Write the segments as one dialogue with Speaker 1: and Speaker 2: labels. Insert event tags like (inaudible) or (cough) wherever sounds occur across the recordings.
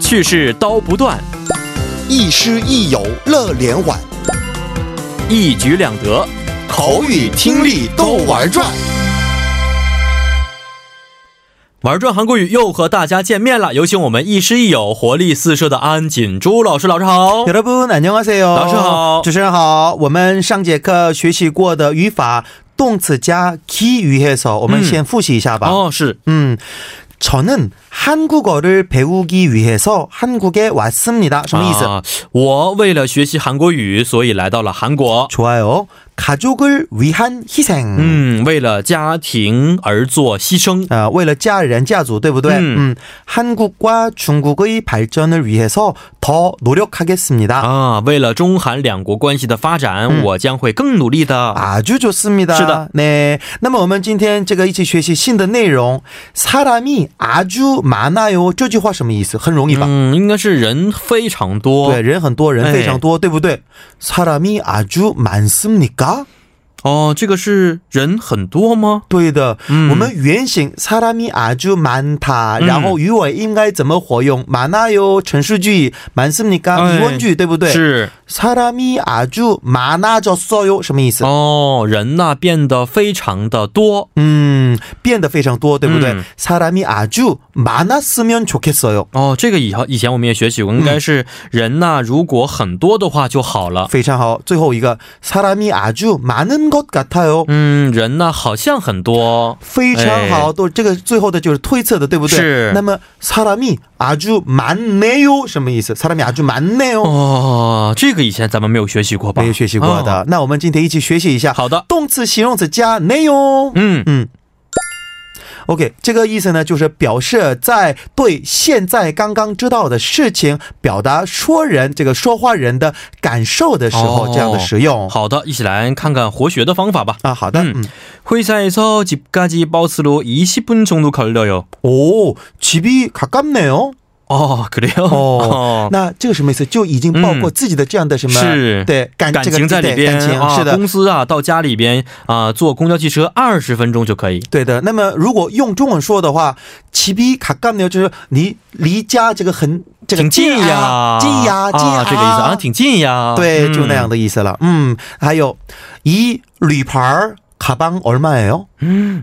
Speaker 1: 去世刀不断，
Speaker 2: 亦师亦友乐连环，
Speaker 1: 一举两得。
Speaker 2: 口语听力都玩转。
Speaker 1: 玩转韩国语又和大家见面了，有请我们亦师亦友、活力四射的安锦珠老师。老师好
Speaker 3: 有，的不안녕하세요，
Speaker 1: 老师好
Speaker 3: 主持人好。我们上节课学习过的语法动词加기위해서，我们
Speaker 1: 嗯
Speaker 3: 先复习一下吧。
Speaker 1: 哦，是，
Speaker 3: 嗯，저는한국어를 배우기 위해서 한국에 왔습니다. 什么意思？
Speaker 1: 啊我为了学习韩国语，所以来到了韩国。
Speaker 3: 좋아요. 가족을 위한 희생.
Speaker 1: 嗯，为了家庭而做牺牲。
Speaker 3: 아, 为了家人家族,对不对?
Speaker 1: 음.
Speaker 3: 음. 한국과 중국의 발전을 위해서 더 노력하겠습니다.
Speaker 1: 啊，为了中韩两国关系的发展，
Speaker 3: 嗯
Speaker 1: 我将会更努力的。
Speaker 3: 아주 좋습니다.
Speaker 1: 是的。
Speaker 3: 네. 那么我们今天这个一起学习新的内容. 사람이 아주 많아요. 这句话什么意思?很容易吧?
Speaker 1: 嗯，应该是人非常多。
Speaker 3: 对，人很多，人非常多，对不对？사람이아주많습니까？
Speaker 1: 哦，这个是人很多吗？
Speaker 3: 对的，
Speaker 1: 嗯 음。
Speaker 3: 我们原型사람이아주많다，
Speaker 1: 嗯
Speaker 3: 然后语尾应该怎么活用？많아요陈述句，많습니까
Speaker 1: 哎
Speaker 3: 疑问句，对不对？
Speaker 1: 是
Speaker 3: 사람이아주많아졌어요什么意思？
Speaker 1: 哦，人呐、变得非常的多。
Speaker 3: 嗯，变得非常多，对不对
Speaker 1: 嗯？
Speaker 3: 음, 사람이아주많았으면좋겠어요，
Speaker 1: 哦，这个以后以前我们也学习过，应该是人呐、如果很多的话就好了。
Speaker 3: 非常好。最后一个，사람이아주많은것같아요，
Speaker 1: 嗯，人呐、好像很多。
Speaker 3: 非常好，
Speaker 1: 哎
Speaker 3: 都这个最后的就是推测的，对不对？
Speaker 1: 是
Speaker 3: 那么사람이아주많네요什么意思？사람이아주많네
Speaker 1: 어.
Speaker 3: 요 네,
Speaker 1: 哦，这个以前咱们没有学习过吧？
Speaker 3: 没有学习过的、
Speaker 1: 哦
Speaker 3: 那我们今天一起学习一下。
Speaker 1: 好的
Speaker 3: 动词、形容词加네요。
Speaker 1: 嗯，
Speaker 3: 嗯。OK，这个意思呢，就是表示在对现在刚刚知道的事情表达说人这个说话人的感受的时候，
Speaker 1: 哦
Speaker 3: 这样的使用。
Speaker 1: 好的，一起来看看活学的方法吧。
Speaker 3: 啊，好的，
Speaker 1: 嗯
Speaker 3: 嗯，
Speaker 1: 회사에서 집까지 버스로 20분 정도 걸려요.
Speaker 3: 哦，집이가깝네요。
Speaker 1: 어, 그래요? 哦
Speaker 3: 어. 那这个什么意思？就已经包括自己的这样的什么、
Speaker 1: 是
Speaker 3: 对感
Speaker 1: 嗯感
Speaker 3: 这个
Speaker 1: 情在里
Speaker 3: 对
Speaker 1: 边
Speaker 3: 感情、
Speaker 1: 啊，
Speaker 3: 是的。
Speaker 1: 公司啊到家里边啊、坐公交汽车二十分钟就可以。
Speaker 3: 对的，那么如果用中文说的话，起比卡干呢，就是离离家这个很这个
Speaker 1: 挺近呀
Speaker 3: 啊，近呀，近呀，
Speaker 1: 啊，这个意思啊，挺近呀。
Speaker 3: 对，
Speaker 1: 嗯
Speaker 3: 就那样。的意思了。嗯，还有이旅牌儿가방얼마예요？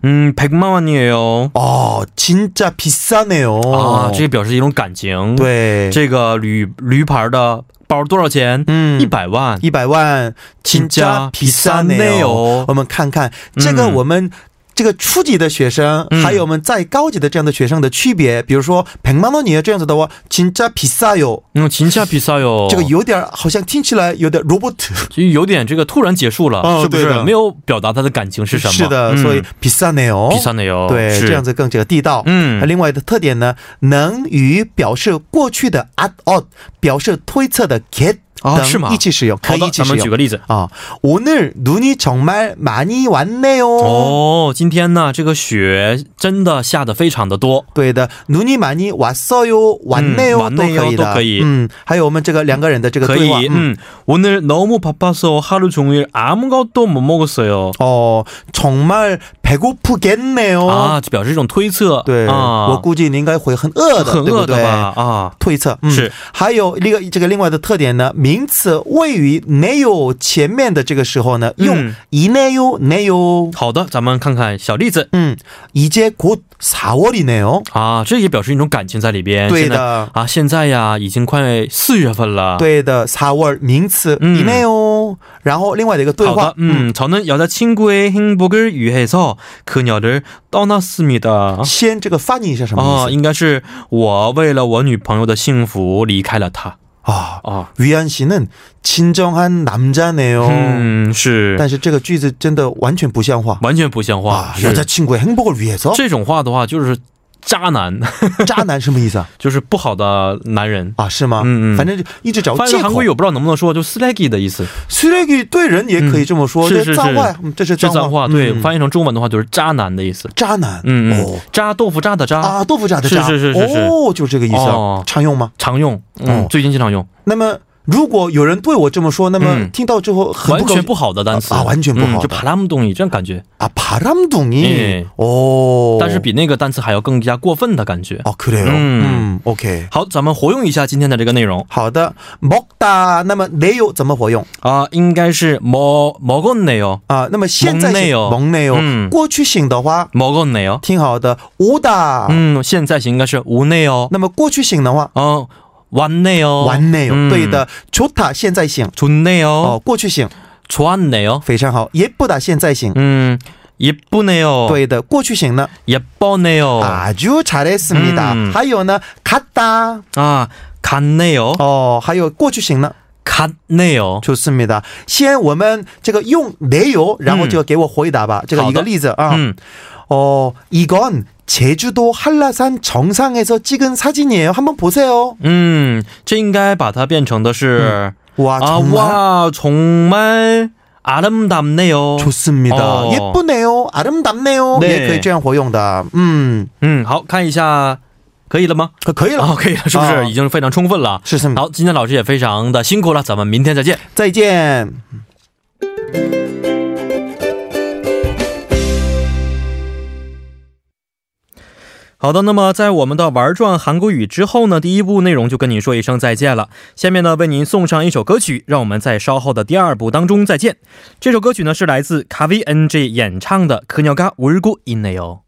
Speaker 1: 嗯，백만원이에요。
Speaker 3: 哦，진짜비싸네요。
Speaker 1: 啊，这表示一种感情。，
Speaker 3: 对，
Speaker 1: 这个驴驴牌的包多少钱？
Speaker 3: 嗯
Speaker 1: 一百万。
Speaker 3: 一百万
Speaker 1: 진짜비싸네요
Speaker 3: 我们看看这个
Speaker 1: 嗯
Speaker 3: 我们。这个初级的学生，
Speaker 1: 嗯
Speaker 3: 还有我们再高级的这样的学生的区别，比如说백만원이에요这样子的话，진짜비싸요，
Speaker 1: 嗯，秦下比赛哟。
Speaker 3: 这个有点儿好像听起来有点 robot
Speaker 1: 就有点这个突然结束了，
Speaker 3: 哦
Speaker 1: 是不
Speaker 3: 对
Speaker 1: 是？
Speaker 3: 的
Speaker 1: 没有表达他的感情是什么？
Speaker 3: 是的，
Speaker 1: 嗯
Speaker 3: 所以비싸네요，
Speaker 1: 比赛的哟。
Speaker 3: 对，
Speaker 1: 是
Speaker 3: 这样子更这个地道。
Speaker 1: 嗯
Speaker 3: 另外的特点呢，能与表示过去的 at all 表示推测的 get
Speaker 1: 啊是吗
Speaker 3: 等一起使用，可
Speaker 1: 好
Speaker 3: 以
Speaker 1: 的，
Speaker 3: 一起
Speaker 1: 咱
Speaker 3: 使
Speaker 1: 们举
Speaker 3: 用
Speaker 1: 个。例子。
Speaker 3: 啊，오늘눈이정말많이왔네요。
Speaker 1: 哦，今天呢，这个雪真的下的非常的多。
Speaker 3: 对的，눈이많이왔어요，왔네요、
Speaker 1: 嗯
Speaker 3: 都可以的，
Speaker 1: 都可以
Speaker 3: 嗯，还有我们这个两个人的这个
Speaker 1: 可
Speaker 3: 对
Speaker 1: 以
Speaker 3: 话，，嗯。
Speaker 1: 음, 오늘 너무 바빠서 하루 종일 아무것도 못 먹었어요.
Speaker 3: 어 정말 배고프겠네요.
Speaker 1: 아, 啊表示一种推测。
Speaker 3: 哦对，
Speaker 1: 啊，
Speaker 3: 我估计你应该会很饿的，
Speaker 1: 很
Speaker 3: 对不
Speaker 1: 饿
Speaker 3: 对
Speaker 1: 的？吧？啊，
Speaker 3: 推测、嗯、
Speaker 1: 是，
Speaker 3: 还有另一个这个另外的特点呢，名词位于没有前面的这个时候呢，用
Speaker 1: 嗯
Speaker 3: 이네요네요。
Speaker 1: 好的，咱们看看小例子
Speaker 3: 嗯，이제곧4월이네요。
Speaker 1: 啊，这也表示一种感情在里边。
Speaker 3: 对
Speaker 1: 现在
Speaker 3: 的，
Speaker 1: 啊，现在呀，已经快四月份了。，
Speaker 3: 对的，4월名词
Speaker 1: 啊嗯
Speaker 3: 이네요。然后另外的一个对
Speaker 1: 好
Speaker 3: 话
Speaker 1: 的，，嗯，저는여자친구의행복을위해서그녀를떠났습니다。
Speaker 3: 先这个翻译一下什么
Speaker 1: 啊哦，
Speaker 3: 意思
Speaker 1: 应该是我为了我女朋友的幸福离开了她。
Speaker 3: 啊？
Speaker 1: 啊，
Speaker 3: 위안씨는진정한남자네요。
Speaker 1: 嗯，是，
Speaker 3: 哦但是这个句子真的完全不像话。
Speaker 1: 完全不像话
Speaker 3: 啊，，哦
Speaker 1: 是
Speaker 3: 여자친구의행복을위해서
Speaker 1: (laughs) 这种话的话，就是渣男， (laughs)
Speaker 3: 渣男什么意思啊？
Speaker 1: 就是不好的男人。
Speaker 3: 啊，是吗？
Speaker 1: 嗯嗯
Speaker 3: 反正就一直找
Speaker 1: 翻译
Speaker 3: 哦借
Speaker 1: 成韩
Speaker 3: 口
Speaker 1: 国语。我不知道能不能说，就 slaggy 的意思，
Speaker 3: 쓰레기对人也可以这么
Speaker 1: 嗯
Speaker 3: 说，这
Speaker 1: 是是
Speaker 3: 脏话
Speaker 1: 是，
Speaker 3: 嗯这是
Speaker 1: 是脏话。对，
Speaker 3: 嗯
Speaker 1: 翻译成中文的话就是渣男的意思。
Speaker 3: 渣男，
Speaker 1: 嗯嗯
Speaker 3: 哦，
Speaker 1: 渣豆腐渣的渣，
Speaker 3: 啊，豆腐渣的渣，
Speaker 1: 是是是是是
Speaker 3: 哦，就是这个意思啊
Speaker 1: 哦，
Speaker 3: 常用吗？
Speaker 1: 常用，嗯，
Speaker 3: 哦
Speaker 1: 最近经常用。
Speaker 3: 那么如果有人对我这么说，那么
Speaker 1: 嗯
Speaker 3: 听到之后很
Speaker 1: 完
Speaker 3: 不高
Speaker 1: 全
Speaker 3: 兴
Speaker 1: 不好的单词
Speaker 3: 啊，完全不
Speaker 1: 嗯，
Speaker 3: 好
Speaker 1: 就
Speaker 3: 的
Speaker 1: 바람둥이这样感觉，
Speaker 3: 啊，바람둥이
Speaker 1: 嗯
Speaker 3: 哦，
Speaker 1: 但是比那个单词还要更加过分的感觉。
Speaker 3: 哦，그래요，
Speaker 1: 嗯
Speaker 3: 嗯，OK，
Speaker 1: 好，咱们活用一下今天的这个内容
Speaker 3: 好的，먹다，那么내요怎么活用
Speaker 1: 啊、应该是먹먹었네요，
Speaker 3: 啊？那么现在
Speaker 1: 먹네요
Speaker 3: 蒙内
Speaker 1: 嗯
Speaker 3: 요，过去型的话
Speaker 1: 먹었네요。
Speaker 3: 挺好的，오다，
Speaker 1: 哦嗯，现在型应该是无内哦，
Speaker 3: 那么过去型的话
Speaker 1: 嗯，完内哦，
Speaker 3: 完内
Speaker 1: 嗯
Speaker 3: 요，对的，좋다现在型
Speaker 1: 좋네
Speaker 3: 哦，
Speaker 1: 요，
Speaker 3: 过去型
Speaker 1: 좋았네요，
Speaker 3: 非常好，예쁘다现在型。
Speaker 1: 哦嗯，예쁘네요，，
Speaker 3: 对的，过去型呢，
Speaker 1: 예뻐네요，啊，
Speaker 3: 아주잘했습니다。
Speaker 1: 嗯
Speaker 3: 还有呢，갔다
Speaker 1: 啊
Speaker 3: 어,
Speaker 1: 갔네요，
Speaker 3: 哦，还有过去型呢，
Speaker 1: 갔네요，
Speaker 3: 좋습니다。先我们这个用내요，然后就给我回答吧。这个一个例子啊，
Speaker 1: 음. 嗯，
Speaker 3: 어이건제주도한라산정상에서찍은사진이에요한번보세요
Speaker 1: 嗯，这应该把它变成的是、
Speaker 3: 哇
Speaker 1: 啊
Speaker 3: 정말
Speaker 1: 哇，啊정말아름답네요，
Speaker 3: 좋습니다
Speaker 1: 哦
Speaker 3: 예쁘네요아름답네요
Speaker 1: 어. 네
Speaker 3: 也可以这样活用的。嗯，
Speaker 1: 嗯，好看一下，可以了吗？
Speaker 3: 可以了，
Speaker 1: 啊，可嗯以了，是不是、
Speaker 3: 啊
Speaker 1: 已经非常充分了？
Speaker 3: 是是。
Speaker 1: 好，今天老师也非常的辛苦了，咱们明天再见。
Speaker 3: 再见。
Speaker 1: 好的，那么在我们的玩转韩国语之后呢，第一部内容就跟您说一声再见了。下面呢，为您送上一首歌曲，让我们在稍后的第二部当中再见。这首歌曲呢是来自 KVNG 演唱的《可鸟嘎乌尔古伊内哟》。